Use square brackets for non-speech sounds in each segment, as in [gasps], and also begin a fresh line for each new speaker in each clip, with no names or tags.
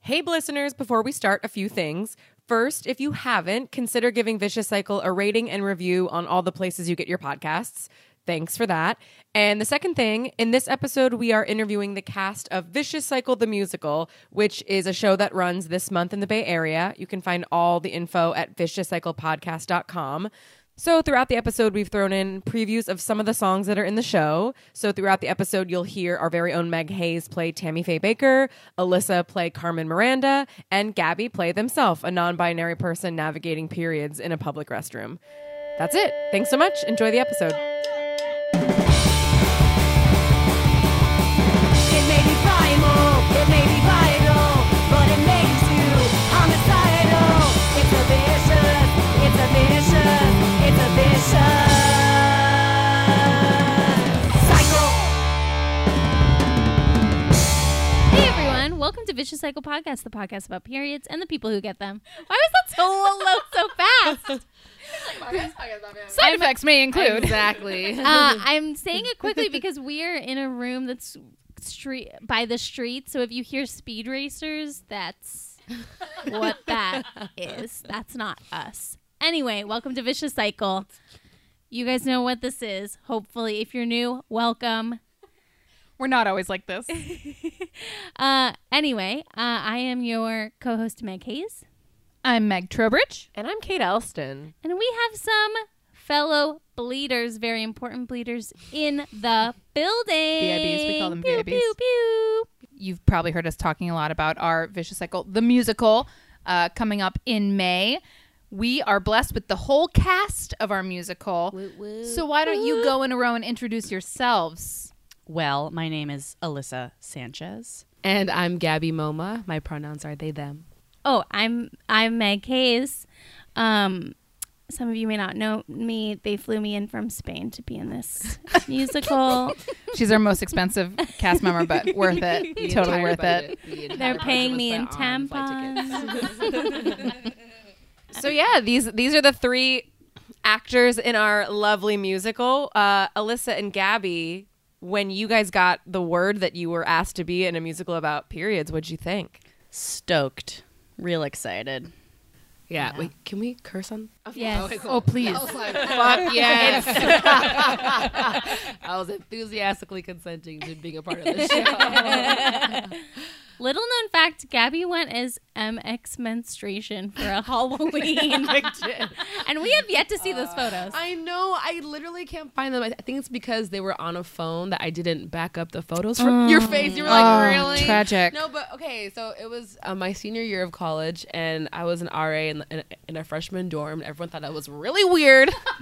Hey, listeners, before we start, a few things. First, if you haven't, consider giving Vicious Cycle a rating and review on all the places you get your podcasts. Thanks for that. And the second thing, in this episode, we are interviewing the cast of Vicious Cycle the Musical, which is a show that runs this month in the Bay Area. You can find all the info at viciouscyclepodcast.com. So, throughout the episode, we've thrown in previews of some of the songs that are in the show. So, throughout the episode, you'll hear our very own Meg Hayes play Tammy Faye Baker, Alyssa play Carmen Miranda, and Gabby play themselves, a non binary person navigating periods in a public restroom. That's it. Thanks so much. Enjoy the episode.
It may be primal, it may be vital, but it makes you homicidal. It's a vicious, it's a vicious, it's a vicious cycle.
Hey everyone, welcome to Vicious Cycle Podcast, the podcast about periods and the people who get them. Why was that so [laughs] low so fast?
[laughs] Side effects may include. [laughs]
Exactly.
Uh, I'm saying it quickly because we're in a room that's street by the street. So if you hear speed racers, that's what that is. That's not us. Anyway, welcome to Vicious Cycle. You guys know what this is. Hopefully, if you're new, welcome.
We're not always like this. [laughs]
Uh, anyway, uh, I am your co-host Meg Hayes.
I'm Meg Trowbridge.
And I'm Kate Elston.
And we have some fellow bleeders, very important bleeders in the building.
VIBs, we call them
pew,
VIBs.
Pew, pew.
You've probably heard us talking a lot about our Vicious Cycle, the musical, uh, coming up in May. We are blessed with the whole cast of our musical. So why don't you go in a row and introduce yourselves?
Well, my name is Alyssa Sanchez.
And I'm Gabby Moma. My pronouns are they, [laughs] them.
Oh, I'm I'm Meg Hayes. Um, some of you may not know me. They flew me in from Spain to be in
[laughs]
this musical.
She's our most expensive cast member, but worth it. totally worth it.
They're paying me in tampons.
So yeah, these these are the three actors in our lovely musical. Uh, Alyssa and Gabby, when you guys got the word that you were asked to be in a musical about periods, what'd you think?
Stoked. Real excited.
Yeah, wait, can we curse on?
yes.
Oh, please.
Fuck yes. [laughs] I was enthusiastically consenting to being a part of [laughs] this show.
Little known fact: Gabby went as MX menstruation for a
[laughs]
Halloween, and we have yet to see those photos.
I know. I literally can't find them. I I think it's because they were on a phone that I didn't back up the photos from your face. You were like, really?
tragic.
No, but okay. So it was uh, my senior year of college, and I was an RA in, in, in a freshman dorm. and Everyone thought I was really weird. [laughs]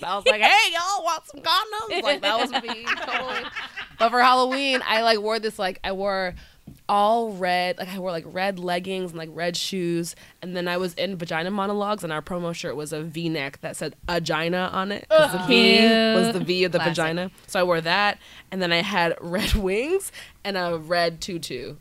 but I was like, hey, y'all want some condoms? Like, that was me. Totally. But for Halloween, I like wore this, like, I wore all red like i wore like red leggings and like red shoes and then i was in vagina monologues and our promo shirt was a v-neck that said agina on it 'cause the v was the v of the vagina so i wore that and then i had [laughs] red wings and a red tutu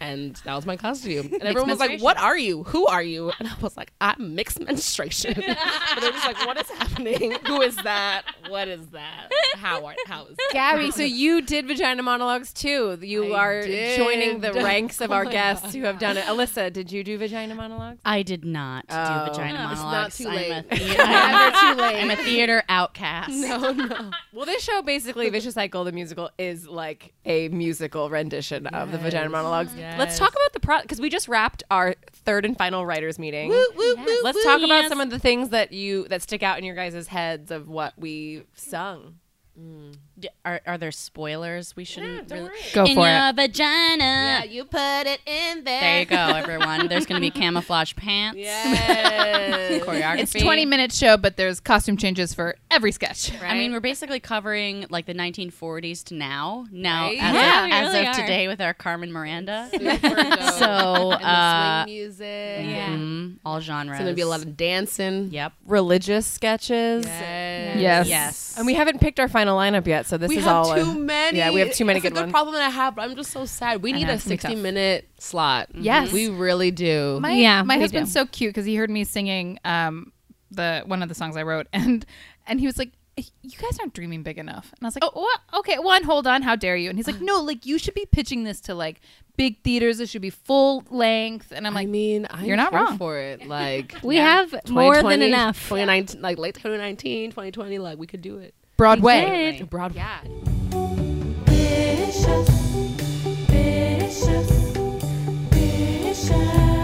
and that was my costume and everyone was like what are you who are you and i was like i'm mixed menstruation [laughs] but they're just like what is happening who is that what is that how are how is that
Gabby, so you did vagina monologues too. You
I
are
did.
joining
[laughs]
the ranks of our guests who have done it. Alyssa, did you do vagina monologues?
I did not do vagina
Oh, It's not
monologues.
too
I'm, [laughs]
late.
a theater,
[laughs]
I'm a theater outcast.
Well, this show basically, Vicious Cycle the musical, is like a musical rendition of the Vagina Monologues. Let's talk about the pro because we just wrapped our third and final writers meeting. Let's talk about
Yes.
some of the things that you that stick out in your guys' heads of what we sung.
D- Are, are there spoilers? We shouldn't. really-
Go
in
for
your
it.
vagina.
you put it in
There you go,
[laughs]
everyone. There's going to be camouflage pants. Choreography.
It's 20 minute show, but there's costume changes for every sketch.
I mean, we're basically covering like the 1940s to now. Now,
Right?
as,
Yeah,
of,
we
as
really
of
are.
today, with our Carmen Miranda.
[laughs]
So,
so
uh,
music.
Yeah.
mhm, all genres.
It's gonna be a lot of dancing.
Yep.
Religious sketches.
Yes.
Yes.
And we haven't picked our final lineup yet, so this
We
is
have
all
too
a-
many.
Yeah, we have too many
it's
good
a
ones.
good problem that I have, but I'm just so sad. We need
know,
a
it's gonna be tough.
60 minute slot.
Yes.
we really do.
My,
Yeah,
my
we
husband's
do.
[laughs] so cute because he heard me singing um, the one of the songs I wrote, and and he was like, you guys aren't dreaming big enough. And I was like, oh, wha- okay, one, hold on, how dare you? And he's [sighs] like, no, like you should be pitching this to like big theaters. It should be full length. And I'm
I
like,
mean, I'm
You're not
here
wrong.
for it. Like
We have more than
2020,
enough.
2019, like late 2019, 2020, like we could do it.
Broadway.
Broadway.
Vicious, vicious, vicious, vicious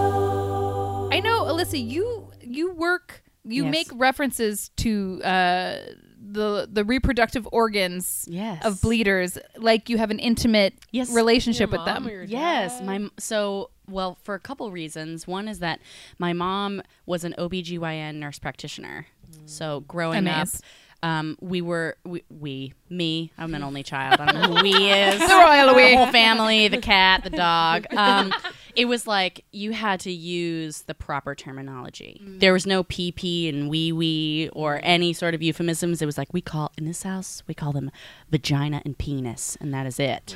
cycle.
I know, Alyssa, you you work, you
Yes.
make references to uh, the the reproductive organs
Yes.
of bleeders, like you have an intimate
Yes.
relationship with
Mom
them.
or your
Yes, my m- so well for a couple reasons. One is that my mom was an OBGYN nurse practitioner. So growing
Amaze.
up, um, we were we, we me I'm an only child. I don't know who we is the
royal we.
whole family, the cat, the dog. Um, it was like you had to use the proper terminology. There was no pee pee and wee wee or any sort of euphemisms. It was like we call in this house we call them vagina and penis, and that is it.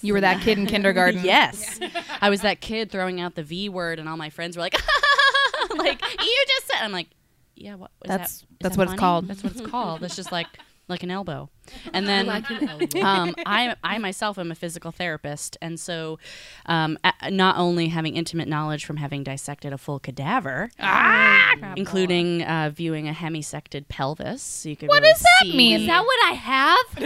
You were that kid in kindergarten.
[laughs] Yes. I was that kid throwing out the V word, and all my friends were like, [laughs] like you just said. I'm like, yeah, what? Is
That's-
that, is
that's
that
what it's
funny?
called.
That's what it's called. It's just like like an
[laughs]
elbow, and then um, I I myself am a physical therapist, and so um, a- not only having intimate knowledge from having dissected a full cadaver,
Oh,
including uh, viewing a hemisected pelvis, so you could what
does that mean?
Is that what I have?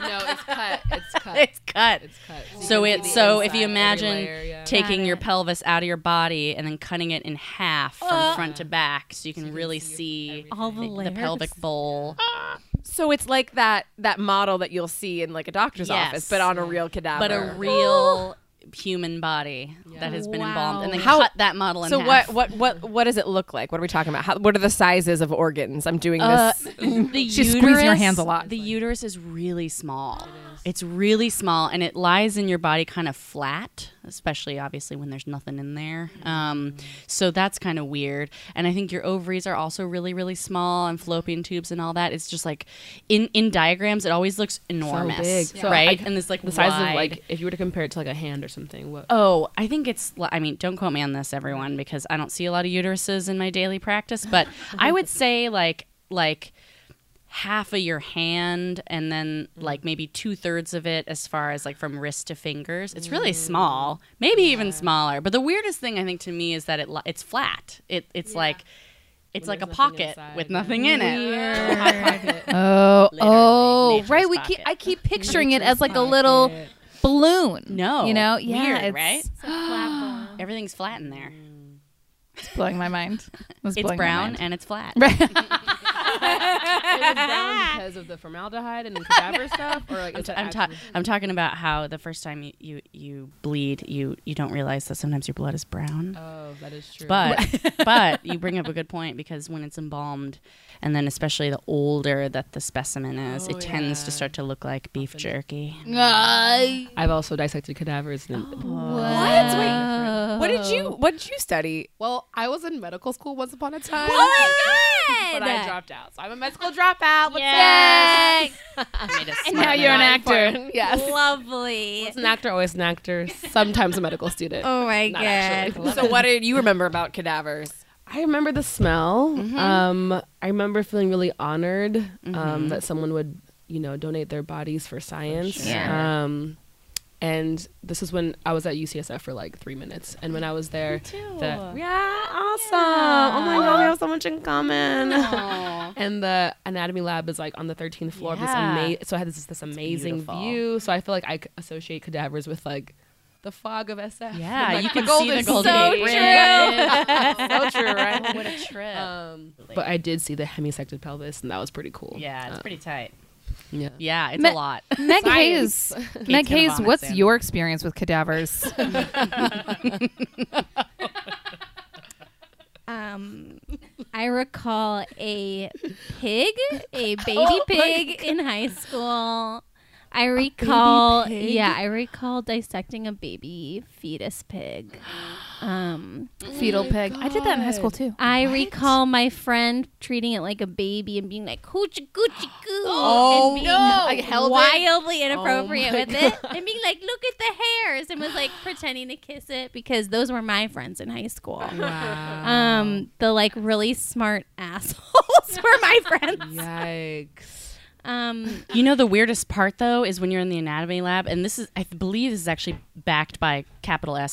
No, it's cut. It's [laughs]
[laughs]
cut.
It's cut.
it's cut.
So
you can
it's
see
so
the
if you
inside, every
imagine
layer, yeah.
taking
Got
your
it.
pelvis out of your body and then cutting it in half from front to back, so you can really see, Oh,
All the
the
layers.
pelvic bowl.
So it's like that that model that you'll see in like a doctor's
Yes.
office, but on a real cadaver.
but a real human body that has been embalmed, and then
Wow.
cut that model in
so
half.
what, what what what does it look like? What are we talking about? How, what are the sizes of organs? I'm doing
Uh,
this.
the
She's
uterus,
squeezing her hands a lot.
The uterus is really small. It's really small, and it lies in your body kind of flat, especially obviously when there's nothing in there. Um, so that's kind of weird. And I think your ovaries are also really, really small, and fallopian tubes and all that. It's just like in in diagrams, it always looks enormous,
big. So
right?
I-
and it's like
the size
wide.
of like if you were to compare it to like a hand or something. What?
Oh, I think it's. li- I mean, don't quote me on this, everyone, because I don't see a lot of uteruses in my daily practice. But I would say like like half of your hand, and then like maybe two thirds of it as far as like from wrist to fingers. It's really small, maybe even smaller. But the weirdest thing I think to me is that it li- it's flat. It it's like it's like a pocket with nothing in it.
Oh, oh,
nature's
right. We
pocket.
keep, I
[laughs]
keep picturing it as like a little balloon.
[laughs] No,
you know,
weird,
yeah, it's,
right?
[gasps]
It's a flat ball.
Everything's flat in there.
[laughs] It's blowing my mind. It's,
It's
blowing my
brown
mind.
and it's flat.
It was brown because of the formaldehyde and the cadaver [laughs] stuff, or like it's
I'm, ta- I'm talking about how the first time you, you, you bleed, you, you don't realize that sometimes your blood is brown.
Oh, that is true. [laughs]
But but you bring up a good point because when it's embalmed, and then especially the older that the specimen is,
Oh,
it tends to start to look like beef
[laughs]
jerky.
Ay.
I've also dissected cadavers. [gasps] And Oh.
What did you what did you study?
Well, I was in medical school once upon a time,
Oh my
but I
god!
dropped out. So I'm a medical dropout. What's
Yes.
And now you're an actor.
up? [laughs] Yes.
Lovely.
It's an actor, always an actor. Sometimes a medical student.
Oh my god.
So what did you remember about cadavers?
I remember the smell.
Mm-hmm.
Um, I remember feeling really honored
Mm-hmm.
um, that someone would, you know, donate their bodies for science. Um, and this is when I was at UCSF for like three minutes, and when I was there, the- yeah, awesome! Oh my god, we have so much in common. and the anatomy lab is like on the 13th floor of this
Yeah.
amazing. So I had this this amazing
beautiful.
view. So I feel like I c- associate cadavers with like the fog of SF.
Yeah,
Like,
you can see the
Golden
Golden
State
Gate
Bridge.
Bridge.
So true, right?
what a trip!
Um, but I did see the hemisected pelvis, and that was pretty cool.
yeah, it's pretty tight.
Yeah.
Yeah, it's
Me-
a lot.
[laughs] Meg Hayes. Meg
gonna
Hayes,
vomit
what's
soon.
your experience with
[laughs]
cadavers? [laughs]
Um, I recall
[laughs] Oh
a pig, a baby pig in high school. I I recall, yeah, I recall dissecting a baby fetus
[gasps]
pig. Um,
Oh
Fetal pig. I did that in high school too.
I recall my friend treating it like a baby and being like coochie coochie coo,
Oh,
and being
I held it.
wildly inappropriate with it, and being like, "Look at the hairs," and was like pretending to kiss it because those were my friends in high school. Um, the like really smart [laughs] assholes were my friends.
Yikes.
Um,
You know the weirdest part though is when you're in the anatomy lab, and this is I believe this is actually backed by capital S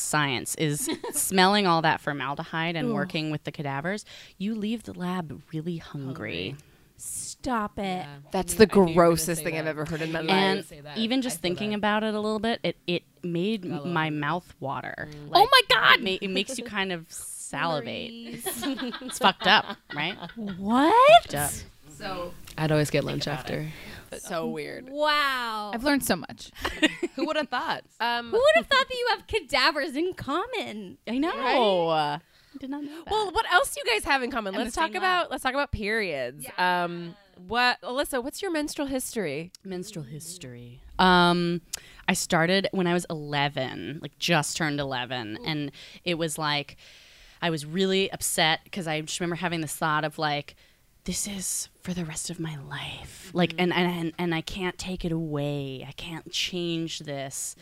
[laughs]
science is smelling all that formaldehyde and working with the cadavers. You leave the lab really hungry,
stop it.
That's the
were gonna
grossest
say
thing I've
that.
ever heard in my
Yeah.
life.
and
say that.
even
I
just
feel
thinking
that.
about it a little bit, it it made m- my mouth water.
Mm.
Oh my God.
It, ma- it makes you kind of salivate. it's fucked up,
[laughs]
right?
What?
Fucked up.
I'd always get lunch after.
so weird.
Wow.
I've learned so much.
Who would have thought? Um,
Who would have thought that you have cadavers in common?
I know. I did not know. That.
Well, what else do you guys have in common? let's talk
same
about let's talk about periods. Um, what Alyssa? What's your menstrual history?
Menstrual history. Um, I started when I was 11, like just turned 11, and it was like I was really upset because I just remember having this thought of like, this is for the rest of my life, like, and and and I can't take it away. I can't change this.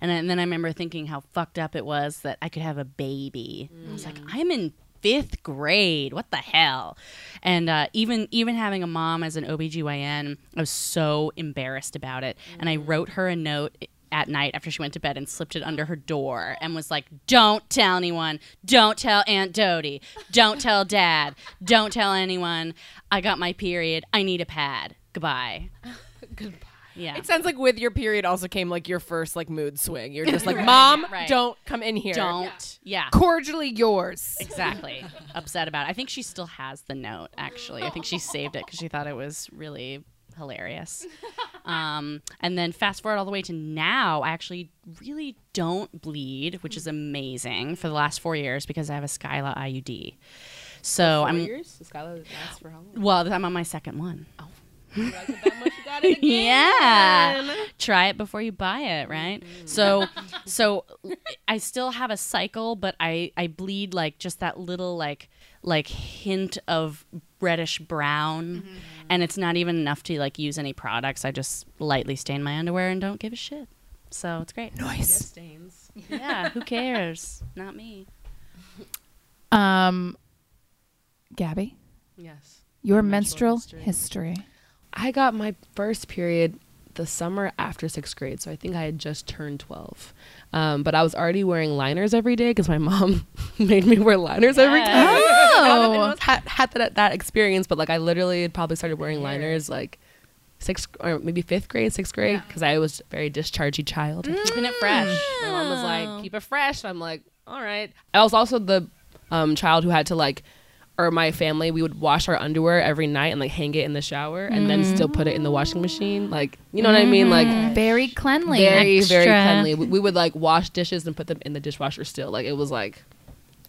And, I- and then I remember thinking how fucked up it was that I could have a baby. I was like, I'm in fifth grade. What the hell? And uh, even even having a mom as an OBGYN, I was so embarrassed about it. And I wrote her a note at night after she went to bed and slipped it under her door and was like, Don't tell anyone. Don't tell Aunt Dodie. Don't tell dad. Don't tell anyone. I got my period. I need a pad. Goodbye. [laughs] Goodbye. Yeah.
It sounds like with your period also came like your first like mood swing. You're [laughs] just like, mom,
Right.
don't come in here.
don't. Yeah.
Cordially yours.
Exactly. Upset about it. I think she still has the note, actually. I think she saved it because she thought it was really hilarious. Um, and then fast forward all the way to now, I actually really don't bleed, which is amazing for the last four years because I have a Skyla IUD. So I'm,
yours? Skylar lasts for how long?
well, I'm on my second one. Oh.
That much you [laughs] got it
yeah try it before you buy it right so so i still have a cycle but i i bleed like just that little like like hint of reddish brown and it's not even enough to like use any products i just lightly stain my underwear and don't give a shit so it's great
Noise.
stains.
yeah who cares not me
Um, Gabby,
Yes.
your
Menstrual
menstrual,
history.
history.
I got my first period the summer after sixth grade, so I think I had just turned twelve. Um, but I was already wearing liners every day because my [laughs] mom made me wear liners
Uh,
every day. [laughs]
Oh.
had, had that, that experience, but like I literally had probably started wearing liners like sixth or maybe fifth grade, sixth grade, because I was a very dischargey child. Mm.
keeping it fresh
My mom was like, keep it fresh. And I'm like, all right. I was also the um, child who had to like, or my family, we would wash our underwear every night and like hang it in the shower and then still put it in the washing machine. Like, you know what I mean? Like,
Very cleanly.
very, very
Extra.
cleanly. We, we would like wash dishes and put them in the dishwasher still. Like, it was like,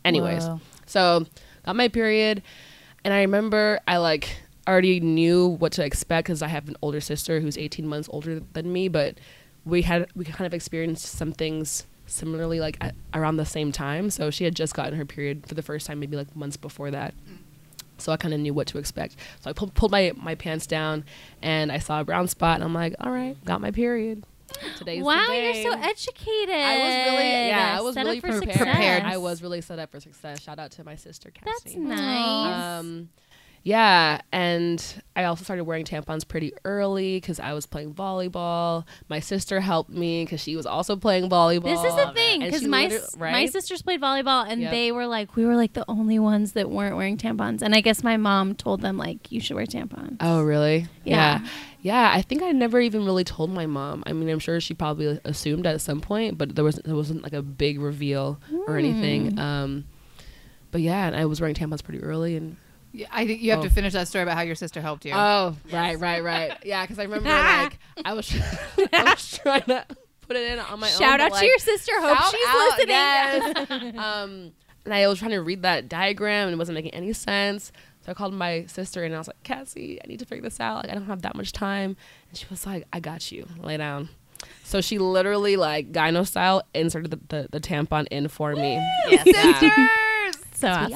anyways.
Whoa.
So, got my period. And I remember I like already knew what to expect because I have an older sister who's 18 months older than me, but we had we kind of experienced some things similarly like at, around the same time. So she had just gotten her period for the first time maybe like months before that. So I kind of knew what to expect. So I pulled, pulled my, my pants down and I saw a brown spot and I'm like, all right, got my period. Today's
Wow,
the
you're
day.
so educated.
I was really yeah, I was
Set up
really
for
prepared.
success.
I was really set up for success. Shout out to my sister
That's
Cassie.
nice.
Um, yeah, and I also started wearing tampons pretty early because I was playing volleyball. My sister helped me because she was also playing volleyball.
this is the thing
And
because
she
my
liter-
s- my
right?
sisters played volleyball and
Yep.
they were like we were like the only ones that weren't wearing tampons and I guess my mom told them like you should wear tampons.
Oh, really?
Yeah.
yeah. Yeah, I think I never even really told my mom. I mean, I'm sure she probably assumed at some point, but there wasn't there wasn't like a big reveal or
Hmm.
anything. Um, but yeah, and I was wearing tampons pretty early and
I think you have
Oh.
to finish that story about how your sister helped you.
Oh, right, right,
[laughs]
right. Yeah, because I remember like I was, [laughs] I was trying to put it in on my own.
Shout
but,
out to
like,
your sister. Hope
shout
she's
out,
listening. [laughs]
yes. um, and I was trying to read that diagram and it wasn't making any sense. So I called my sister and I was like, Cassie, I need to figure this out. Like, I don't have that much time. And she was like, I got you. Lay down. So she literally, like, gyno style, inserted the, the, the tampon in for me. Yeah.
So awesome.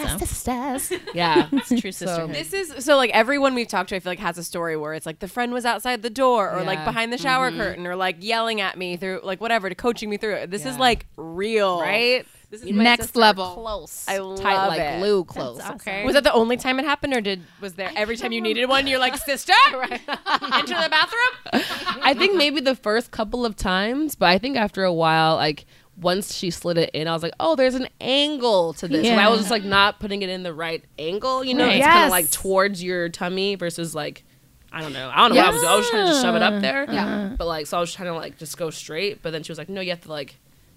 [laughs]
yeah.
It's true sisterhood.
This is so like everyone we've talked to, I feel like has a story where it's like the friend was outside the door or like
Yeah. Mm-hmm.
behind the shower curtain or like yelling at me through like whatever to coaching me through it. This is
Yeah.
like real,
Right?
This is my
Next
sister.
level.
Close.
I
Tight
love
like
it.
glue close.
That's
okay.
Was that the only time it happened, or did was there every time you needed one, you're
[laughs]
like sister [laughs] into the bathroom?
I think maybe the first couple of times, but I think after a while, like once she slid it in, I was like, oh, there's an angle to this. And I was just like not putting it in the right angle, you know? It's kind
Yes.
of like towards your tummy versus like, I don't know. I don't know what I was doing. I was trying to just shove it up there. Yeah.
Uh-huh.
But like, so I was trying to like just go straight. But then she was like, no, you have to like,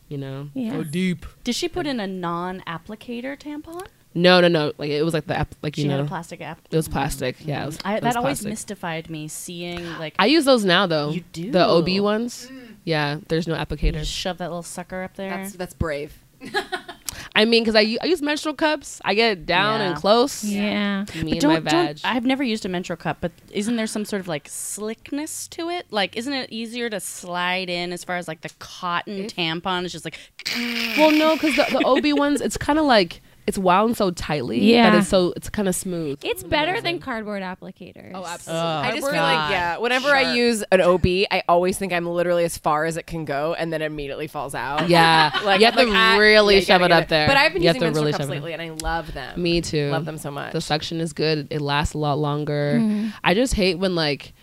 you know, go deep.
[laughs] Did she put in a non-applicator tampon?
No, no, no. Like it was like the, app, like,
She
you know,
had a plastic app.
it was plastic. Yeah. It was,
I,
it was
that always
plastic.
mystified me. Seeing like
I use those now though.
You do.
The OB ones. Yeah. There's no applicator.
you shove that little sucker up there.
That's that's brave.
I mean, because I, u- I use menstrual cups. I get down
Yeah.
and close.
Yeah.
Me
But
and my
don't,
vag.
don't, I've never used a menstrual cup, but isn't there some sort of like slickness to it? Like, isn't it easier to slide in as far as like the cotton tampon is just like,
well, no, because the, the OB ones, it's kind of like it's wound so tightly
Yeah.
that it's so it's kind of smooth.
It's better than cardboard applicators. Oh,
absolutely.
I just feel like yeah. Whenever I use an OB, I always think I'm literally as far as it can go, and then immediately falls out.
yeah,
[laughs] Like
you have to
like, ah,
really
yeah, you
shove
gotta
it
get
up there.
But I've been
you
using
have to
menstrual
really
cups
shove it up.
lately, and I love them.
Me too.
Love them so much.
The suction is good. It lasts a lot longer. I just hate when like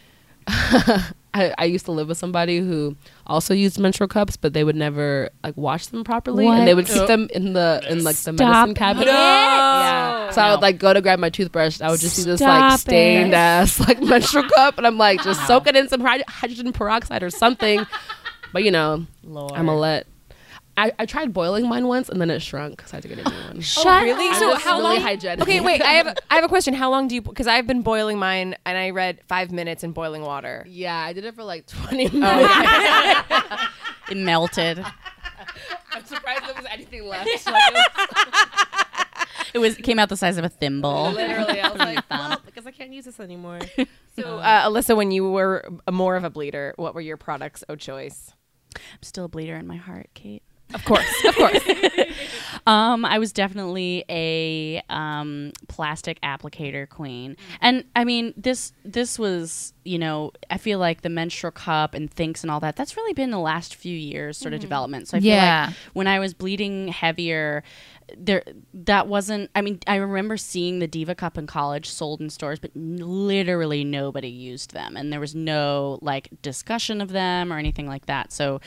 [laughs] I, I used to live with somebody who also used menstrual cups, but they would never like wash them properly,
What?
and they would keep them in the in like the
Stop
medicine cabinet.
it.
Yeah. So I would like go to grab my toothbrush. and I would just see this
Stop
like
it.
stained ass [laughs] like menstrual cup, and I'm like just soak it in some hyd- hydrogen peroxide or something. but you know,
Lord.
I'm a let. I, I tried boiling mine once, and then it shrunk, so I had to get a new one.
Shut
really?
up.
So
It's
how
really
long?
Hygienic.
Okay, wait. I [laughs] have I have a question. How long do you? Because I've been boiling mine, and I read five minutes in boiling water.
Yeah, I did it for like [laughs] 20 minutes.
it melted?
I'm surprised there was anything [laughs] left.
It was came out the size of a thimble.
literally, I was like, well, because I can't use this [laughs] anymore.
So, uh, Alyssa, when you were a- more of a bleeder, what were your products of choice?
I'm still a bleeder in my heart, Kate.
Of course,
[laughs]
of course.
Um, I was definitely a um, plastic applicator queen, and I mean this. This was, you know, I feel like the menstrual cup and thinks and all that. That's really been the last few years
Mm-hmm.
sort of development. So I feel
Yeah.
like when I was bleeding heavier, there that wasn't. I mean, I remember seeing the Diva cup in college sold in stores, but n- literally nobody used them, and there was no like discussion of them or anything like that. So,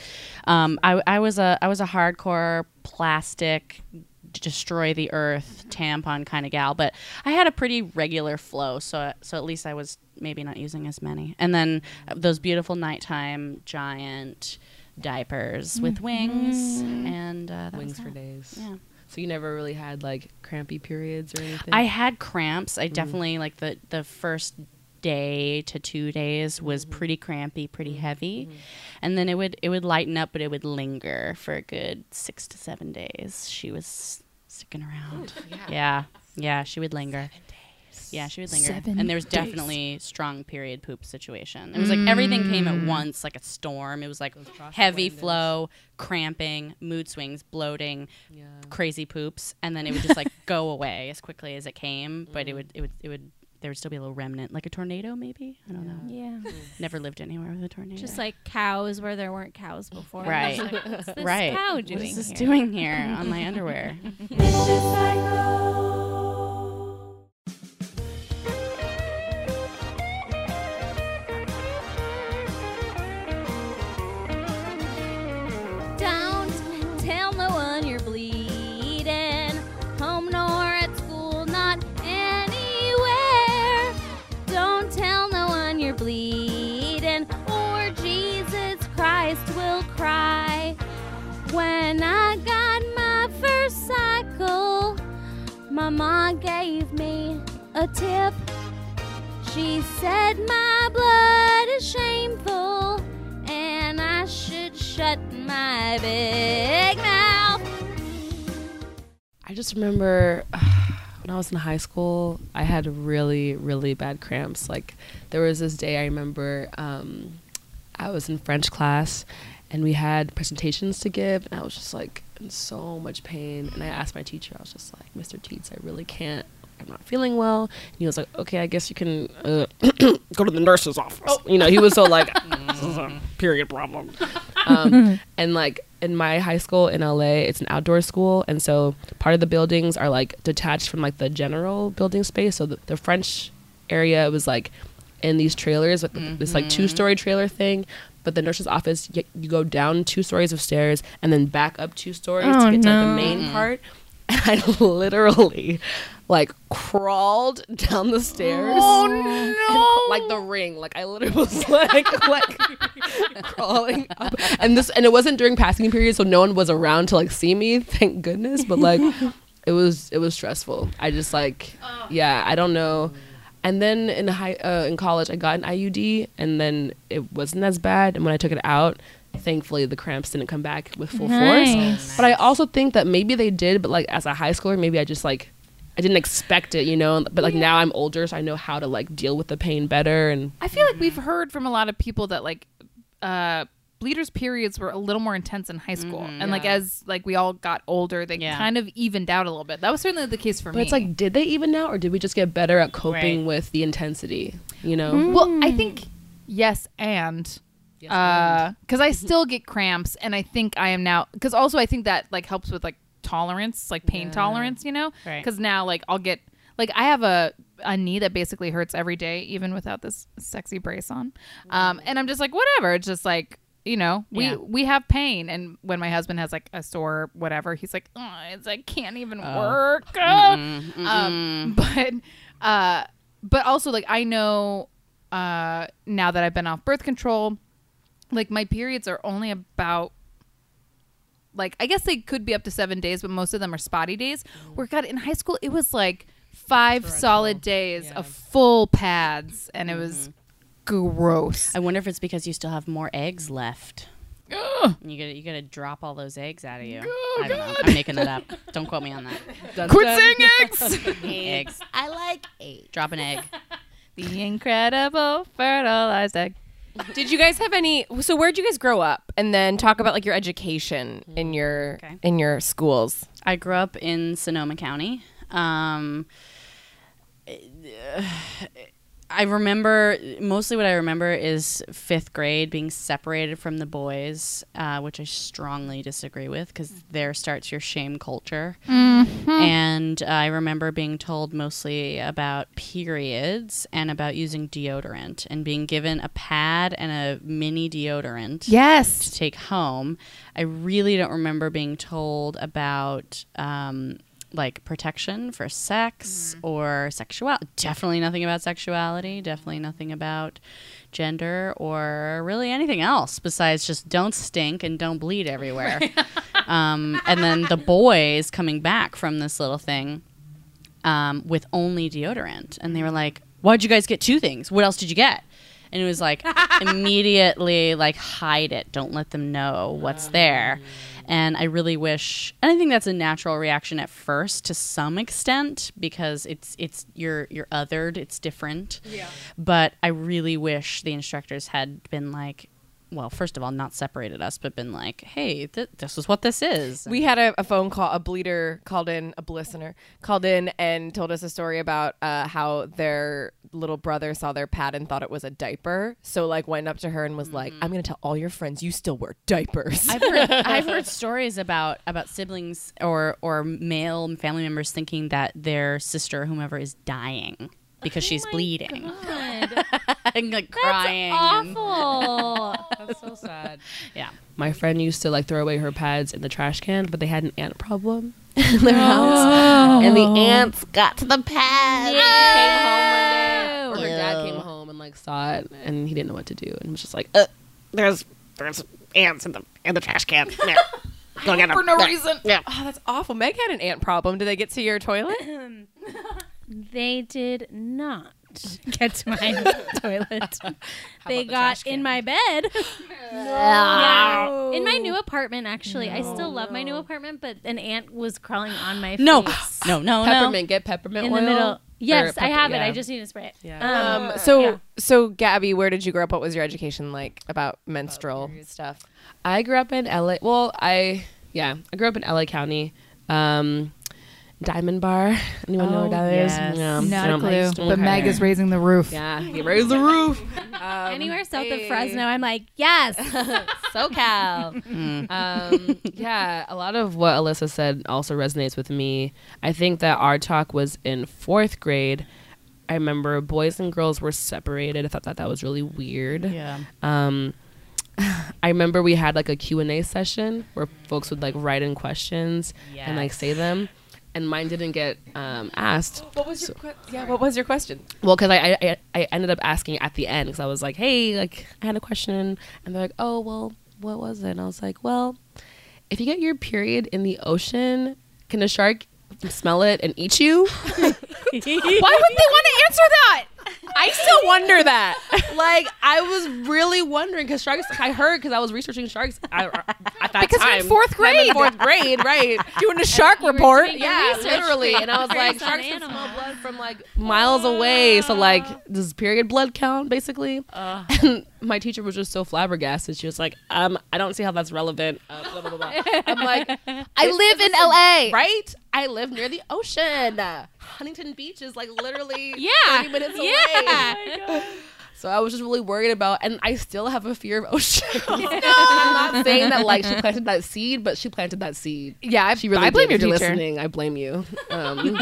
um, I, I was a I was a hardcore plastic d- destroy the earth tampon kind of gal but i had a pretty regular flow so so at least i was maybe not using as many and then uh, those beautiful nighttime giant diapers with wings and uh, that was
Wings for
that.
days.
Yeah.
So you never really had like crampy periods or anything?
I had cramps. I definitely like the the first day to two days was pretty crampy, pretty heavy, and then it would it would lighten up, but it would linger for a good six to seven days. She was sticking around. yeah. yeah, she would linger. Yeah, she would linger.
Seven
and there was definitely strong period poop situation. It was like everything came at once, like a storm. It was like heavy flow, cramping, mood swings, bloating,
Yeah.
crazy poops and then it would just like go away as quickly as it came but it would it would it would there would still be a little remnant like a tornado maybe i don't know
Yeah.
never lived anywhere with a tornado
Just like cows where there weren't cows before.
Right.
It's like, What's this
right
cow
what
doing
is this
here?
doing here on my [laughs] underwear
Don't tell no one you're bleeding. Home nor at school, not anywhere. Don't tell no one you're bleeding, or Jesus Christ will cry. When I got my first cycle, my mom gave me a tip. She said my blood is shameful and I should shut my
[laughs]
big mouth.
I just remember [sighs] when I was in high school, I had really, really bad cramps. Like there was this day I remember um, I was in French class and we had presentations to give and I was just like in so much pain and I asked my teacher, I was just like, Mr. Teets, I really can't I'm not feeling well. And he was like, okay, I guess you can uh, [coughs] go to the nurse's office. You know, he was so like, [laughs] this is a period problem. Um, and like in my high school in LA, it's an outdoor school. And so part of the buildings are like detached from like the general building space. So the, the French area was like in these trailers, with this like two story trailer thing. But the nurse's office, y- you go down two stories of stairs and then back up two stories
Oh,
to get to like,
no.
the main part. [laughs] And I literally like crawled down the stairs. Oh no! like the ring. Like I literally was like [laughs] like crawling up. And this and it wasn't during passing period, so no one was around to like see me. Thank goodness. But like it was it was stressful. I just like yeah. I don't know. And then in high uh, in college, I got an IUD, and then it wasn't as bad. And when I took it out. Thankfully, the cramps didn't come back with full force.
Nice.
But I also think that maybe they did, but like as a high schooler, maybe I just like I didn't expect it, you know. But like now I'm older, so I know how to like deal with the pain better. And
I feel like we've
Mm-hmm.
heard from a lot of people that like uh bleeders periods were a little more intense in high school. and like as like we all got older, they
Mm-hmm, Yeah.
kind of evened out a little bit. That was certainly the case for
but
me.
it's like, did they even now, or did we just get better at coping
Right.
with the intensity? You know,
Well, I think yes and because
Mm-hmm.
I still get cramps, and I think I am now. Because also, I think that like helps with like tolerance, like pain tolerance, you know.
Right.
Because now, like, I'll get like I have a a knee that basically hurts every day, even without this sexy brace on. Um, and I'm just like, whatever. It's just like you know, we
Yeah.
we have pain, and when my husband has like a sore, whatever, he's like, oh, it's I can't even work. Ah. Um, but uh, but also like I know uh now that I've been off birth control like my periods are only about like I guess they could be up to seven days, but most of them are spotty days. Where God in high school it was like five solid days of full pads, and it was Mm-hmm. gross.
I wonder if it's because you still have more eggs left. You gotta, you gotta drop all those eggs out of you. I don't know. I'm making that up. Don't quote me on [laughs] that.
Quit saying eggs.
[laughs] eggs. I like eggs. Drop an egg.
the incredible fertilized egg.
Did you guys have any? So where'd you guys grow up? And then talk about like your education in your
Okay.
in your schools.
I grew up in Sonoma County. Um, I remember mostly what I remember is fifth grade being separated from the boys, uh, which I strongly disagree with because there starts your shame culture. And I remember being told mostly about periods and about using deodorant and being given a pad and a mini deodorant to
Yes.
take home. I really don't remember being told about um, like protection for sex or sexuality. Definitely nothing about sexuality. Definitely nothing about gender or really anything else besides just don't stink and don't bleed everywhere. um, and then the boys coming back from this little thing um, with only deodorant. And they were like, Why'd you guys get two things? What else did you get? And it was like immediately like hide it. Don't let them know what's there. And I really wish and I think that's a natural reaction at first to some extent because it's it's you're you're othered, it's different. Yeah. But I really wish the instructors had been like well, first of all, not separated us, but been like, "Hey, th- this is what this is."
We had a, a phone call. A bleeder called in. A blistener called in and told us a story about uh, how their little brother saw their pad and thought it was a diaper. So like went up to her and was like, "I'm gonna tell all your friends you still wear diapers." [laughs]
I've heard, I've heard stories about about siblings or or male family members thinking that their sister or whomever is dying because she's bleeding [laughs] and like crying. and-
[laughs]
Awful.
that's so sad.
yeah.
My friend used to like throw away her pads in the trash can, but they had an ant problem in their house, and the ants got to the pads. Came home one day, or Oh, her dad came home and like saw it, and he didn't know what to do, and was just like, uh,
there's there's ants in the in the trash can.
[laughs]
There. Go get 'em.
For no
There.
reason.
oh, that's awful. Meg had an ant problem. Did they get to your toilet?
[laughs]
They did not get
[laughs]
to [laughs]
[laughs]
my toilet. they got in my bed. Yeah. in my new apartment, actually, I still love my new apartment, but an ant was crawling on my face.
No, no, no,
peppermint. Get peppermint
in
oil.
the middle. Yes,
pepper-
I have it.
yeah.
I just need to spray it.
Yeah.
Um,
Um, so,
yeah.
so Gabby, where did you grow up? What was your education like about menstrual stuff?
I grew up in LA. Well, I yeah, I grew up in LA County. Um, Diamond Bar. [laughs] Anyone know where that is?
yes.
No.
Not a
Um,
clue. But
okay.
Meg is raising the roof.
Yeah, he raised the roof.
Anywhere south of Fresno, I'm like, yes, SoCal.
um, yeah, a lot of what Alyssa said also resonates with me. I think that our talk was in fourth grade. I remember boys and girls were separated. I thought that that was really weird.
Yeah.
Um, [sighs] I remember we had like a Q&A session where folks would like write in questions and like say them. And mine didn't get um, asked.
What was your que- yeah? What was your question?
Well, because I, I- I I ended up asking at the end because I was like, hey, like I had a question, and they're like, oh, well, what was it? And I was like, well, if you get your period in the ocean, can a shark smell it and eat [laughs] you?
Why would they want to answer that?
I still wonder that. Like I was really wondering because sharks. I heard because I was researching sharks at, at that
Because
time.
you're in fourth
I'm
grade.
in fourth grade, [laughs] right?
Doing a shark report.
doing-
yeah,
research
literally. And I was
based
like,
on
sharks can smell
animals.
blood from like miles away. So like, does period blood count basically? [laughs] And my teacher was just so flabbergasted. She was like, um, I don't see how that's relevant. Uh, blah, blah, blah, blah. I'm like, I live in LA, right? I live near the ocean. Huntington Beach is like literally
Yeah.
30 minutes away.
Yeah.
[laughs] So I was just really worried about, and I still have a fear of oceans. no, [laughs] I'm not saying that like she planted that seed, but she planted that seed.
Yeah, I,
She really
I blame
did. If
your
you're
teacher.
listening. I blame you. Um,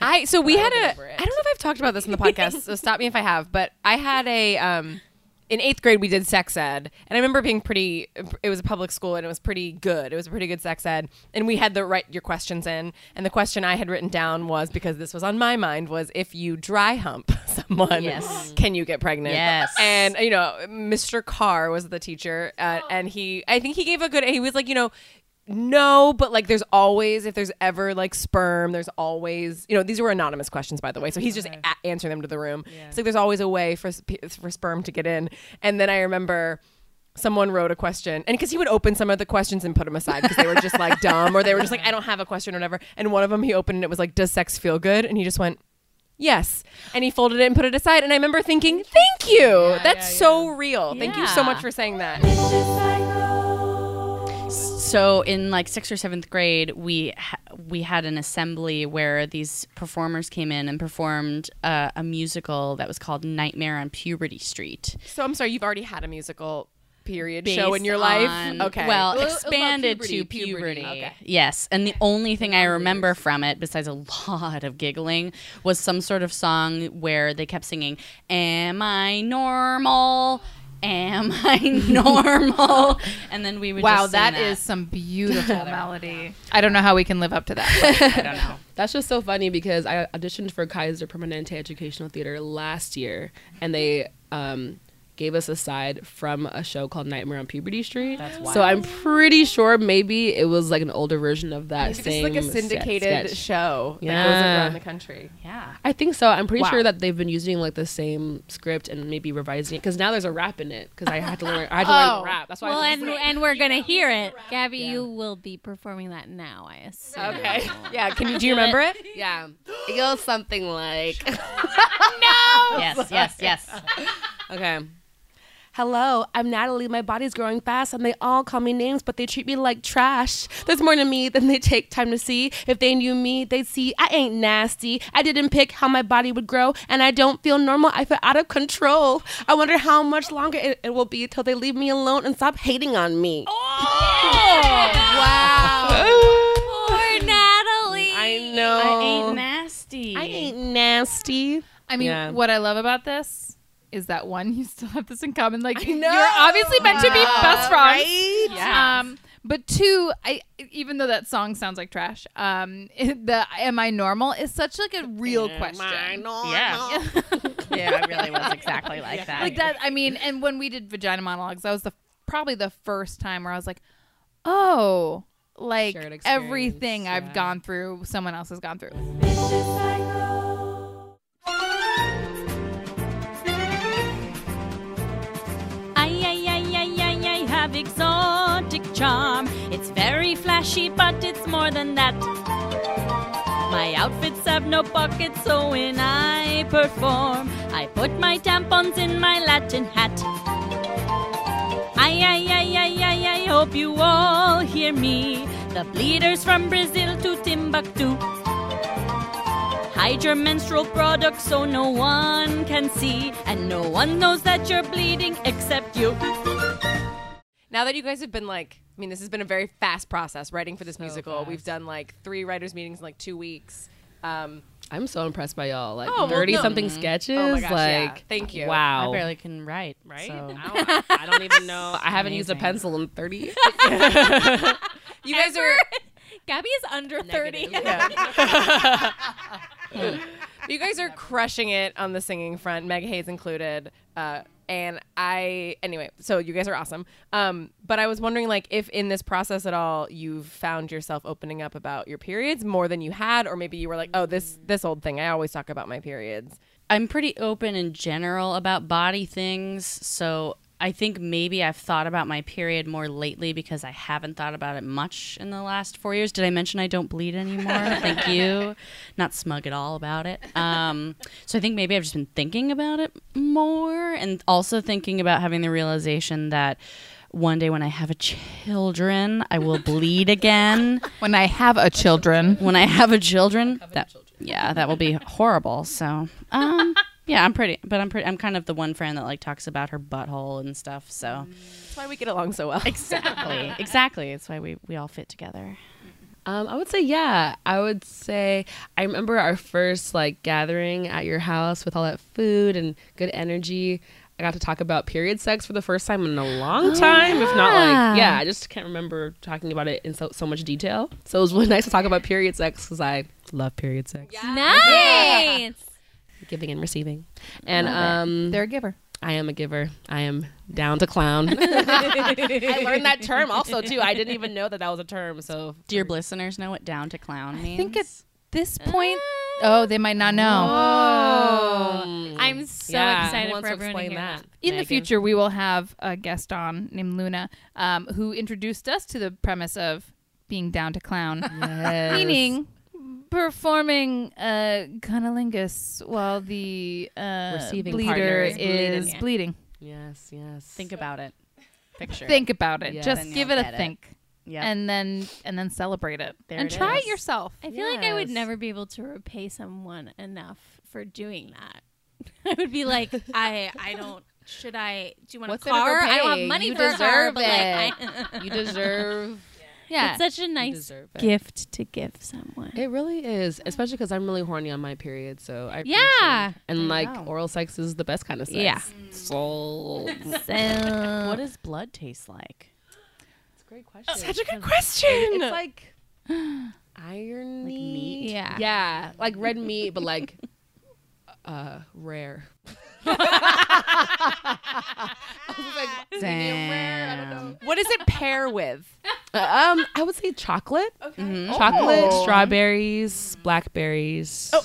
I so we had a.
over
I
it.
don't know if I've talked about this in the podcast. so stop me if I have. But I had a. Um, in eighth grade, we did sex ed, and I remember being pretty. It was a public school, and it was pretty good. It was a pretty good sex ed, and we had the write your questions in. And the question I had written down was because this was on my mind was if you dry hump [laughs] someone,
Yes.
can you get pregnant?
Yes.
and you know, Mr. Carr was the teacher, uh,
Oh.
and he, I think he gave a good. He was like, you know, no, but like, there's always if there's ever like sperm, there's always you know these were anonymous questions by the way, so he's just a- answering them to the room. It's like there's always a way for sp- for sperm to get in, and then I remember. Someone wrote a question, and because he would open some of the questions and put them aside because they were just like dumb or they were just like, I don't have a question or whatever. And one of them he opened and it was like, Does sex feel good? And he just went, Yes. And he folded it and put it aside. And I remember thinking, thank you. That's so real. Thank you so much
Yeah.
for saying that.
So in like sixth or seventh grade, we ha- we had an assembly where these performers came in and performed uh, a musical that was called Nightmare on Puberty Street.
So I'm sorry, you've already had a musical period
based
show in your life.
on-
okay.
Well,
Well, it was about
expanded
puberty,
to puberty.
puberty. Okay.
Yes. And the only thing I remember from it, besides a [laughs] lot of giggling, was some sort of song where they kept singing, Am I normal? Am [laughs] I normal? and then we would
Wow,
just sing
that is some beautiful melody. I don't know how we can live up to that.
I don't know.
that's just so funny because I auditioned for Kaiser Permanente Educational Theater last year, and they um, gave us a side from a show called Nightmare on Puberty Street. That's So I'm pretty sure maybe it was like an older version of that
Maybe this
same
is like a
sketch-
syndicated
sketch.
show that goes
Yeah.
around the country.
Yeah.
I think so. I'm pretty
Wow.
sure that they've been using like the same script and maybe revising it because now there's a rap in it because I had to learn. I had to learn
Oh.
to rap. That's why.
well,
I
and
[laughs]
and we're gonna hear it, Gabby. You will be performing that now, I assume.
Okay. yeah. Can you do you remember it?
yeah, it goes something like.
Yes, yes, yes.
Okay. Hello, I'm Natalie. My body's growing fast, and they all call me names, but they treat me like trash. There's more to me than they take time to see. If they knew me, they'd see I ain't nasty. I didn't pick how my body would grow, and I don't feel normal. I feel out of control. I wonder how much longer it, it will be till they leave me alone and stop hating on me.
Oh,
[laughs]
Poor Natalie.
I know.
I ain't nasty.
I ain't nasty.
I mean,
Yeah.
what I love about this is that one, [laughs] you still have this in common. Like you're obviously meant to be best friends. Um, but two, I even though that song sounds like trash, um, [laughs] the "Am I normal?" is such like a real question.
Yeah. yeah, it really was exactly like that.
Like that. I mean, and when we did vagina monologues, that was the probably the first time where I was like, oh, like
Shared experience,
everything I've gone through, someone else has gone through.
I, I, I, I, I, I have exotic
charm. It's very flashy, but it's more than that. My outfits have no pockets, so when I perform, I put my tampons in my Latin hat. Ay, ay, ay, ay, ay, I hope you all hear me. The bleeders from Brazil to Timbuktu. Hide your menstrual products so no one can see, and no one knows that you're bleeding except you.
Now that you guys have been like, I mean, this has been a very fast process writing for this
Oh,
musical. We've done like three writers' meetings in like two weeks. Um,
I'm so impressed by y'all. Like
Oh, well,
30
no.
something sketches.
oh my gosh, yeah.
like
thank you.
I
wow.
barely can write, right?
I, don't, I don't
[laughs]
even know. I haven't used a
Amazing.
pencil in 30 years.
You guys are [laughs]
Gabby is under 30.
[laughs] you guys are crushing it on the singing front, Meg Hayes included. Uh, and I, anyway, so you guys are awesome. Um, but I was wondering, like, if in this process at all, you've found yourself opening up about your periods more than you had, or maybe you were like, oh, this this old thing. I always talk about my periods.
I'm pretty open in general about body things, so I think maybe I've thought about my period more lately because I haven't thought about it much in the last four years. Did I mention I don't bleed anymore? Thank you. Not smug at all about it. Um, so I think maybe I've just been thinking about it more and also thinking about having the realization that one day when I have a children, I will bleed again
When I have a children,
[laughs] when I have a children, that yeah, that will be horrible. So, um, [laughs] yeah, I'm pretty, but I'm pretty. I'm kind of the one friend that like talks about her butthole and stuff. So
That's why we get along so well. [laughs]
exactly, exactly. It's why we we all fit together.
Um, I would say yeah. I would say I remember our first like gathering at your house with all that food and good energy. I got to talk about period sex for the first time in a long
Oh,
time, if not like yeah. I just can't remember talking about it in so so much detail. So it was really [laughs] nice to talk about period sex because I love period sex,
nice.
giving and receiving, and um,
they're a giver.
I am a giver. I am down to clown. [laughs] I learned that term also too. I didn't even know that that was a term. So
Dear listeners, know what down to clown means?
I think at this point, oh, they might not know.
Oh,
I'm so excited for everyone to hear that.
In the future, we will have a guest on named Luna, um, who introduced us to the premise of being down to clown, meaning performing uh, cunnilingus while the uh,
Receiving partner
bleeder
is
is,
bleeding.
Yeah.
bleeding.
Yes, yes. [laughs]
Think about it. Picture.
Think about it.
Yeah. Then
Just give it
you'll
a
get it.
think,
Yeah.
and then and then celebrate it
There
and
it
try
is.
it yourself.
I feel like I would
Yes.
never be able to repay someone enough for doing that. [laughs] I would be like, I, I don't. Should I? Do you want
What's
a
there to
car? I don't
repay?
have money
You
for a car,
deserve
but like, I,
Eh, You deserve.
Yeah,
[laughs] it's such a nice
deserve it.
gift to give someone.
It really is, especially because I'm really horny on my period, so I appreciate
Yeah.
it. and like oral sex is the best kind of sex.
Yeah.
so
So
What does blood taste like?
it's a great question.
Such a good question. [gasps]
it's like irony.
meat?
Yeah.
yeah, like red meat, but like [laughs] uh rare. [laughs]
Damn.
What does it pair with?
[laughs] Um, I would say chocolate,
Oh.
chocolate, strawberries, blackberries,
Oh.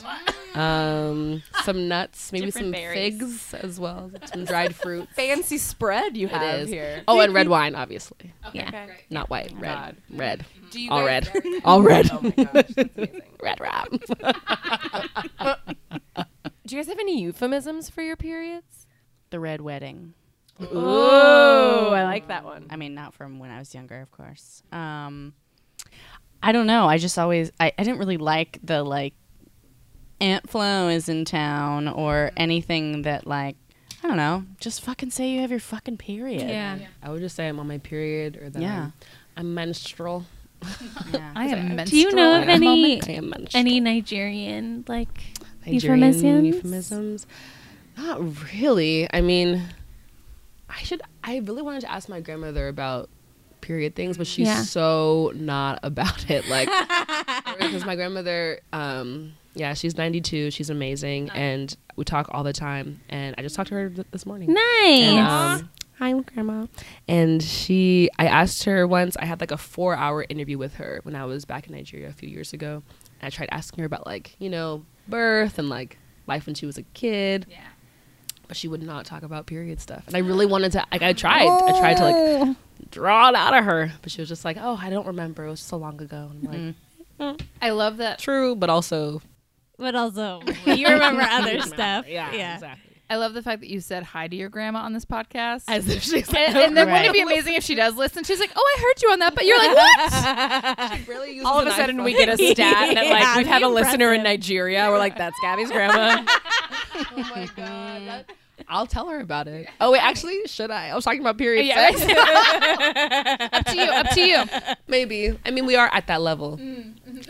um, some nuts, maybe some figs as well,
[laughs]
some dried fruit.
Fancy spread you have here. Oh
Oh, and red wine, obviously.
yeah.
Not white, red. Red.
Do you Oh
All
guys-
red. All red.
amazing.
[laughs] red wrap.
Do you guys have any euphemisms for your periods?
The red wedding.
Oh, I like that one.
I mean, not from when I was younger, of course. Um, I don't know. I just always I, I didn't really like the like Aunt Flo is in town or anything that like I don't know. Just fucking say you have your fucking period.
Yeah.
I would just say I'm on my period or that
Yeah.
I'm, I'm menstrual.
I am.
Do you know of
menstrual.
any
I am menstrual.
any Nigerian like
Nigerian
euphemisms?
euphemisms? Not really. I mean, I should. I really wanted to ask my grandmother about period things, but she's
Yeah.
so not about
[laughs]
it. Like, because my grandmother, um, yeah, she's 92. She's amazing, and we talk all the time. And I just talked to her th- this morning. And,
Nice.
um, Hi, Grandma. And she, I asked her once, I had like a four hour interview with her when I was back in Nigeria a few years ago. And I tried asking her about like, you know, birth and like life when she was a kid. Yeah. but she would not talk about period stuff. And I really wanted to, like, I tried, I tried to like draw it out of her, but she was just like, "Oh, I don't remember. It was so long ago." And I'm like,
I love that.
"True, but also,
But
[laughs]
also, Oh, you remember other stuff.
yeah,
yeah.
exactly." [laughs]
I love the fact that you said hi to your grandma on this podcast.
As if she's like, [laughs]
and, and then wouldn't it be amazing if she does listen? She's like, "Oh, I heard you on that," but you're like, [laughs] "What?"
really uses
All of
an
a sudden,
iPhone.
we get a stat that like
Yeah,
we've [laughs] had a
impressive.
listener in Nigeria. We're like, that's Gabby's [laughs] grandma.
Oh my god. that- I'll tell her about it. Oh wait, actually, should I? I was talking about period sex.
up to you, up to you.
Maybe. I mean, we are at that level.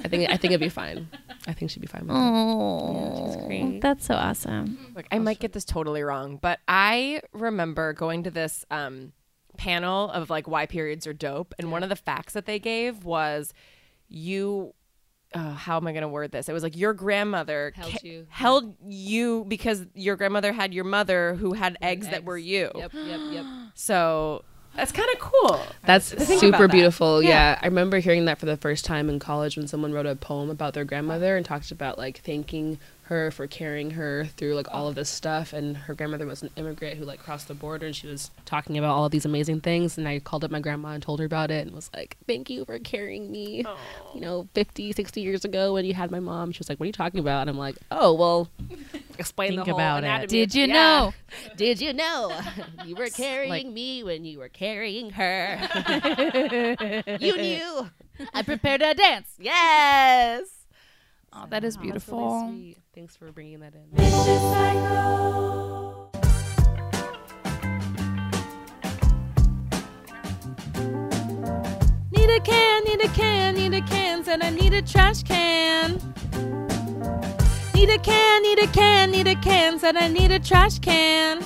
I think. I think it'd be fine. I think she'd be fine. With it.
Oh, that's so awesome.
Look, I might get this totally wrong, but I remember going to this um, panel of like why periods are dope, and one of the facts that they gave was you. Oh, how am I going to word this? It was like your grandmother
Held
ca-
you.
held you because your grandmother had your mother who had eggs, that were you.
Yep. Yep. Yep.
So that's kind of cool.
That's
about
super
that.
beautiful. Yeah. I remember hearing that for the first time in college when someone wrote a poem about their grandmother and talked about like thanking her for carrying her through like all of this stuff. And her grandmother was an immigrant who like crossed the border and she was talking about all of these amazing things. And I called up my grandma and told her about it and was like, thank you for carrying me, you know, 50, 60 years ago when you had my mom. She was like, what are you talking about? And I'm like, oh, well, explain
Think
the whole
about it.
anatomy of
Did you
Yeah.
know?
[laughs] Did you know you were carrying
like-
me when you were
[laughs]
carrying her? you knew. I prepared a dance. Yes.
Oh, that is beautiful.
Thanks for bringing that in.
Need a can, need a can, need a can, and I need a trash can. Need a can, need a can, need a can, and I need a trash can.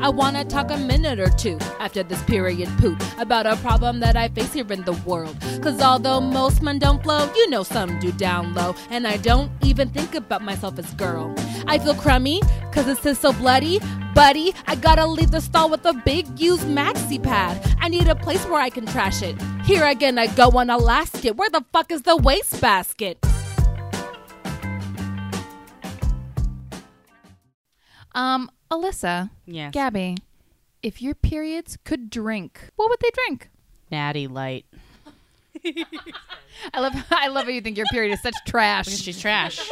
I wanna talk a minute or two after this period poop about a problem that I face here in the world. Cause although most men don't blow, you know some do down low. And I don't even think about myself as girl. I feel crummy, cause it's just so bloody. Buddy, I gotta leave the stall with a big used maxi pad. I need a place where I can trash it. Here again I go on Alaska. Where the fuck is the wastebasket?
Um, Alyssa,
Yes.
Gabby, if your periods could drink, what would they drink?
Natty Light.
I love, [laughs] I love how you think your period is such trash.
Because she's trash.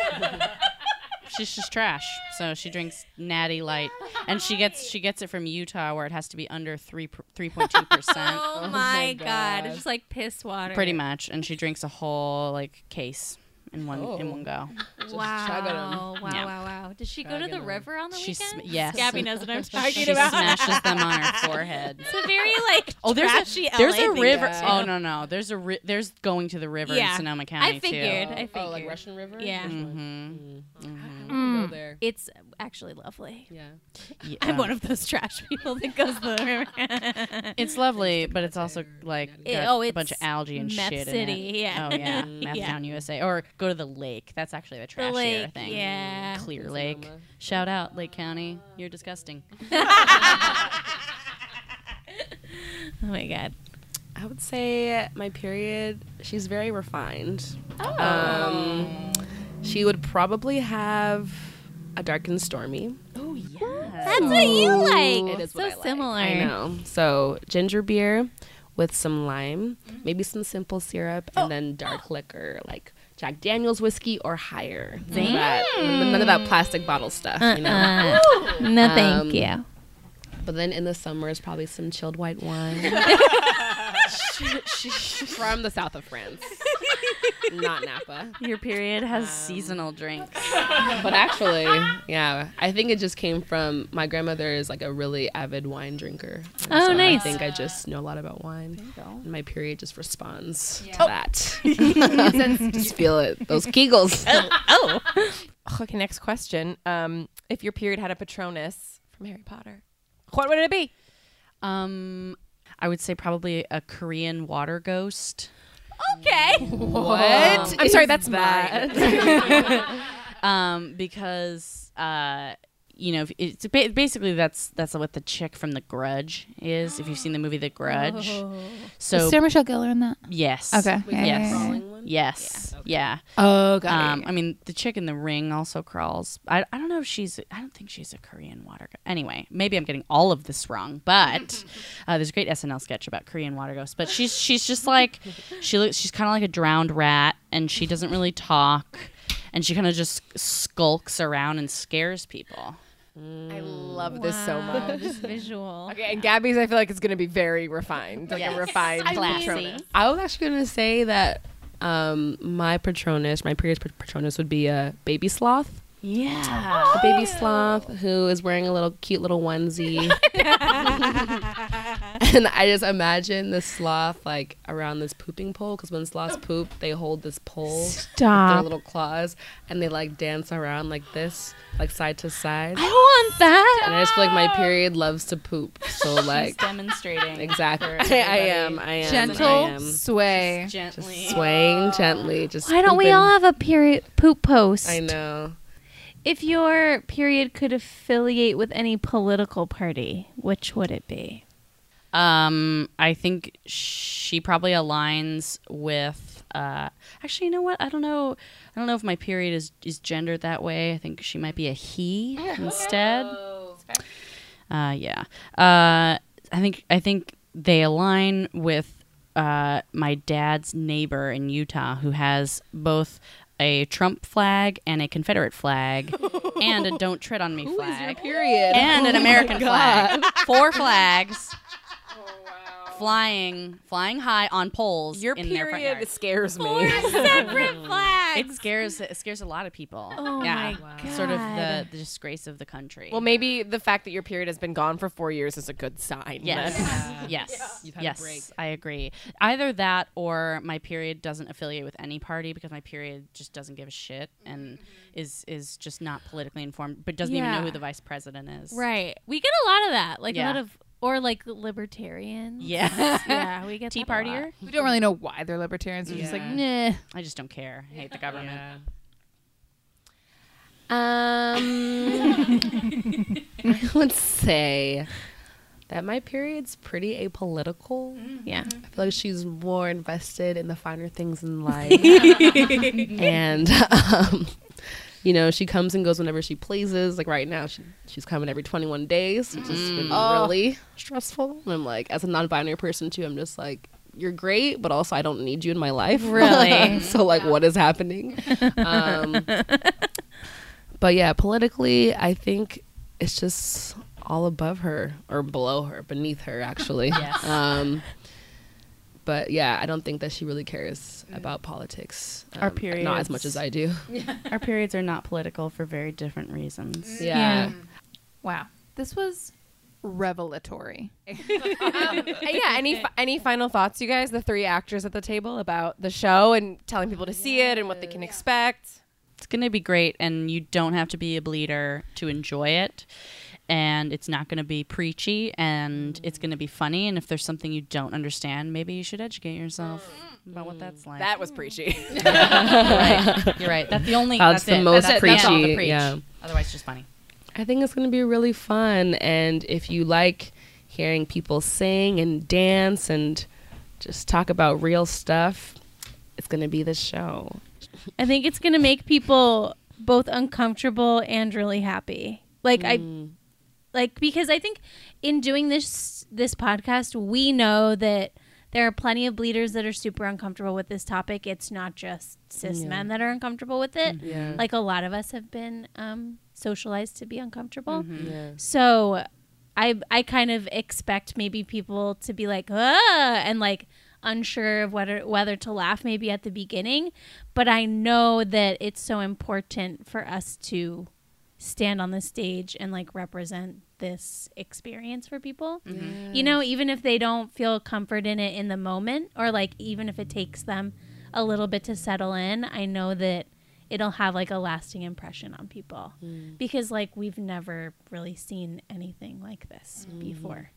she's just trash. So she drinks Natty Light, and she gets she gets it from Utah, where it has to be under three three point two percent,
Oh, my god. It's just like piss water.
pretty much. And she drinks a whole like case in one in one go. [laughs]
Wow. Wow,
Yeah.
wow, wow. Does she go to the river on the
She sm-
weekend?
yes.
Gabby knows what
[laughs]
I'm talking
She
about.
smashes them
[laughs]
on her forehead.
It's a
[laughs]
very like
Oh, there's
trashy
a there's
LA
a
thing
river.
going
Oh
on.
no no, there's a ri- there's going to the river
Yeah.
in Sonoma County
I figured. I
too.
figured.
Oh, like Russian River?
Yeah.
Which one?
Mm-hmm.
Go there.
It's actually lovely.
Yeah.
Yeah.
[laughs]
I'm one of those trash people that goes to the
[laughs]
river.
It's lovely, but it's also like
It-
got
oh,
a
it's
bunch of algae and
Meth
shit.
City,
in it.
yeah.
[laughs]
Oh yeah,
Mm. [laughs]
Meth
Yeah.
Town, USA, or go to the lake. That's actually the trashier
lake,
thing.
yeah.
Clear Lake. Shout out Lake County. You're disgusting.
oh my god.
I would say my period, she's very refined. Oh. she would probably have a dark and stormy.
That's what you like.
It is
so
what I like.
similar.
I know. So ginger beer with some lime, maybe some simple syrup, and then dark liquor like Jack Daniel's whiskey or higher. None of that- none of that plastic bottle stuff, you know.
Uh-uh. [laughs]
Uh, no, thank
Um,
you.
But then in the summer is probably some chilled white wine. From the south of France, not Napa.
Your period has seasonal drinks.
But actually, yeah, I think it just came from my grandmother is like a really avid wine drinker. And
Oh, nice.
I think I just know a lot about wine. And my period just responds to that. [laughs] just feel it. Those kegels.
Okay, next question. Um, if your period had a Patronus from Harry Potter, what would it be?
Um, I would say probably a Korean water ghost.
Okay. Oh.
What?
I'm sorry, that's that.
[laughs] um, because uh, you know, if- it's ba- basically that's that's what the chick from The Grudge is. If you've seen the movie The Grudge, so
Michelle Gellar in that?
yes,
Okay.
yes.
Crawling one?
one?
Yes. Yeah.
Oh, got
Um, I mean, the chick in the ring also crawls. I, I don't know if she's, I don't think she's a Korean water ghost. Anyway, maybe I'm getting all of this wrong, but uh, there's a great SNL sketch about Korean water ghosts. But she's she's just like, she looks, she's kind of like a drowned rat and she doesn't really talk and she kind of just skulks around and scares people.
I love this so much.
Just visual.
Okay, and Gabby's, I feel like it's going to be very refined, like a refined
Classy.
I was actually going to say that um, my Patronus, my previous pat- Patronus would be a baby sloth.
Yeah. Oh.
A baby sloth who is wearing a little cute
[laughs]
little onesie. and I just imagine the sloth like around this pooping pole because when sloths poop, they hold this pole with their
Stop.
little claws and they like dance around like this, like side to side.
I want that.
And I just feel like my period loves to poop. So
[laughs]
like
Demonstrating.
exactly. [laughs] I am. I am. I
Gentle
am.
sway.
Gently.
Swaying gently. Just
Why don't we
pooping.
all have a period poop post?
I know.
If your period could affiliate with any political party, which would it be?
Um, I think she probably aligns with. Uh, actually, you know what? I don't know. I don't know if my period is is gendered that way. I think she might be a he instead. Uh, yeah. Uh, I think I think they align with uh, my dad's neighbor in Utah, who has both a Trump flag and a Confederate flag, and a "Don't Tread on Me" flag
Period.
and an American flag. Four flags. Flying, flying high on poles.
Your
in their front
period
yard.
scares me.
[laughs]
Separate flag.
It scares it scares a lot of people.
Oh
yeah,
my
sort of the,
God.
the disgrace of the country.
well, maybe the fact that your period has been gone for four years is a good sign. [laughs]
yes,
then.
yes,
You've had a
yes.
break.
I agree. Either that or my period doesn't affiliate with any party because my period just doesn't give a shit and is is just not politically informed, but doesn't even
Yeah.
know who the vice president is.
Right. We get a lot of that. Like
Yeah.
a lot of or like libertarian.
Yeah.
Yeah, we get
Tea
that a lot.
partier.
We don't really know why they're libertarians. They're just like, nah.
I just don't care. I hate the government.
Um, I would say that my period's pretty apolitical.
Yeah.
I feel like she's more invested in the finer things in life, and um, you know she comes and goes whenever she pleases. Like right now, she, she's coming every 21 days, which has been really stressful. And I'm like, as a non-binary person too, I'm just like. You're great, but also I don't need you in my life.
Really?
[laughs] so, like, what
[laughs]
is happening? Um, but yeah, politically, I think it's just all above her or below her, beneath her,
[laughs]
actually.
Yes.
Um, but yeah, I don't think that she really cares about politics.
Mm. Our
um, Not as
periods.
much as I do.
Our periods are not political for very different reasons.
Yeah.
Wow. This was revelatory.
Uh, yeah. Any fi- any final thoughts, you guys? The three actors at the table about the show and telling people to see it and what they can expect.
It's going to be great, and you don't have to be a bleeder to enjoy it. And it's not going to be preachy, and it's going to be funny. And if there's something you don't understand, maybe you should educate yourself about what that's like.
That was preachy.
You're right. [laughs] You're right. That's the only. That's,
That's the
it.
most
that's, that's all the
preachy,
preach.
yeah.
Otherwise, it's just funny.
I think it's going to be really fun. And if you like hearing people sing and dance and just talk about real stuff, it's going to be the show.
I think it's going to make people both uncomfortable and really happy. Like I like because I think in doing this this podcast we know that there are plenty of bleeders that are super uncomfortable with this topic. It's not just cis men that are uncomfortable with it.
Yeah.
Like a lot of us have been um, socialized to be uncomfortable.
Mm-hmm.
Mm.
So I I kind of expect maybe people to be like, ah, and like unsure of whether whether to laugh maybe at the beginning, but I know that it's so important for us to stand on the stage and like represent this experience for people. You know, even if they don't feel comfort in it in the moment or like even if it takes them a little bit to settle in, I know that it'll have like a lasting impression on people because like we've never really seen anything like this before.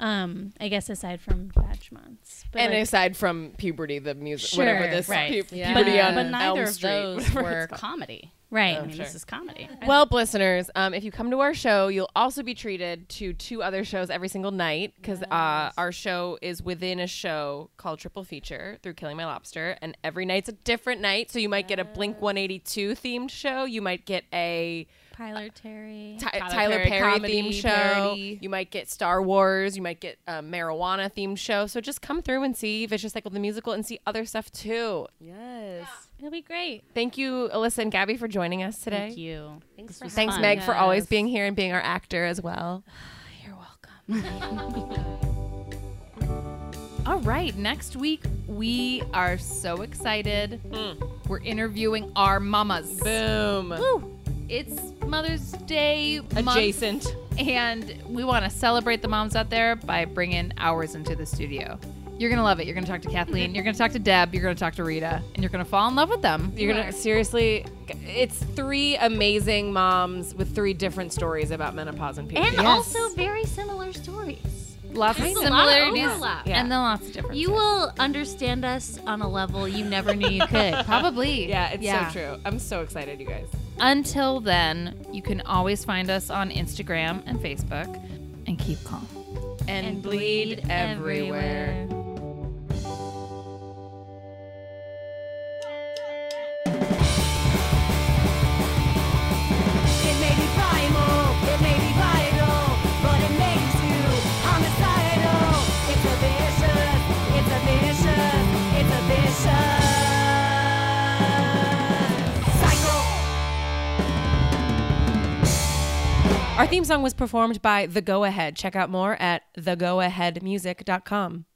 Um, I guess aside from Batchmonts. But
and
like,
aside from puberty, the music,
Sure,
whatever this
right.
pu-
Yeah.
puberty
But,
on
but neither
Elm
of
Street, Oh,
those
[laughs] whatever
were
it's called.
comedy.
Right.
I mean, this is comedy.
Well, listeners, um, if you come to our show, you'll also be treated to two other shows every single night because uh, our show is within a show [laughs] called Triple Feature through Killing My Lobster, and every night's a different night. So you might get a Blink 182 themed show. You might get a
Tyler Terry.
Ty- Tyler,
Perry
Perry,
comedy
themed show.
parody.
You might get Star Wars. You might get a marijuana themed show. So just come through and see Vicious Cycle the musical and see other stuff too.
Yes.
It'll be great.
Thank you, Alyssa and Gabby, for joining us today.
Thank you. Thanks,
Thanks, Meg, for always being here and being our actor as well.
All right, next week we are so excited. We're interviewing our mamas.
Boom.
It's Mother's Day month,
Adjacent.
and we want to celebrate the moms out there by bringing ours into the studio. You're gonna love it. You're gonna talk to Kathleen. You're gonna talk to Deb. You're gonna talk to Rita, and you're gonna fall in love with them.
You're gonna seriously. It's three amazing moms with three different stories about menopause and
And
puberty.
also very similar stories.
Lots of
There's
similarities,
a lot of overlap.
Yeah.
and then lots of differences.
You will understand us on a level you never knew you could.
probably.
Yeah, it's so true. I'm so excited, you guys.
Until then, you can always find us on Instagram and Facebook, and keep calm.
And,
It may be primal, it may be vital, but it makes you homicidal. It's a vicious, it's a vicious, it's a vicious cycle.
Our theme song was performed by The Go Ahead. Check out more at thegoaheadmusic.com.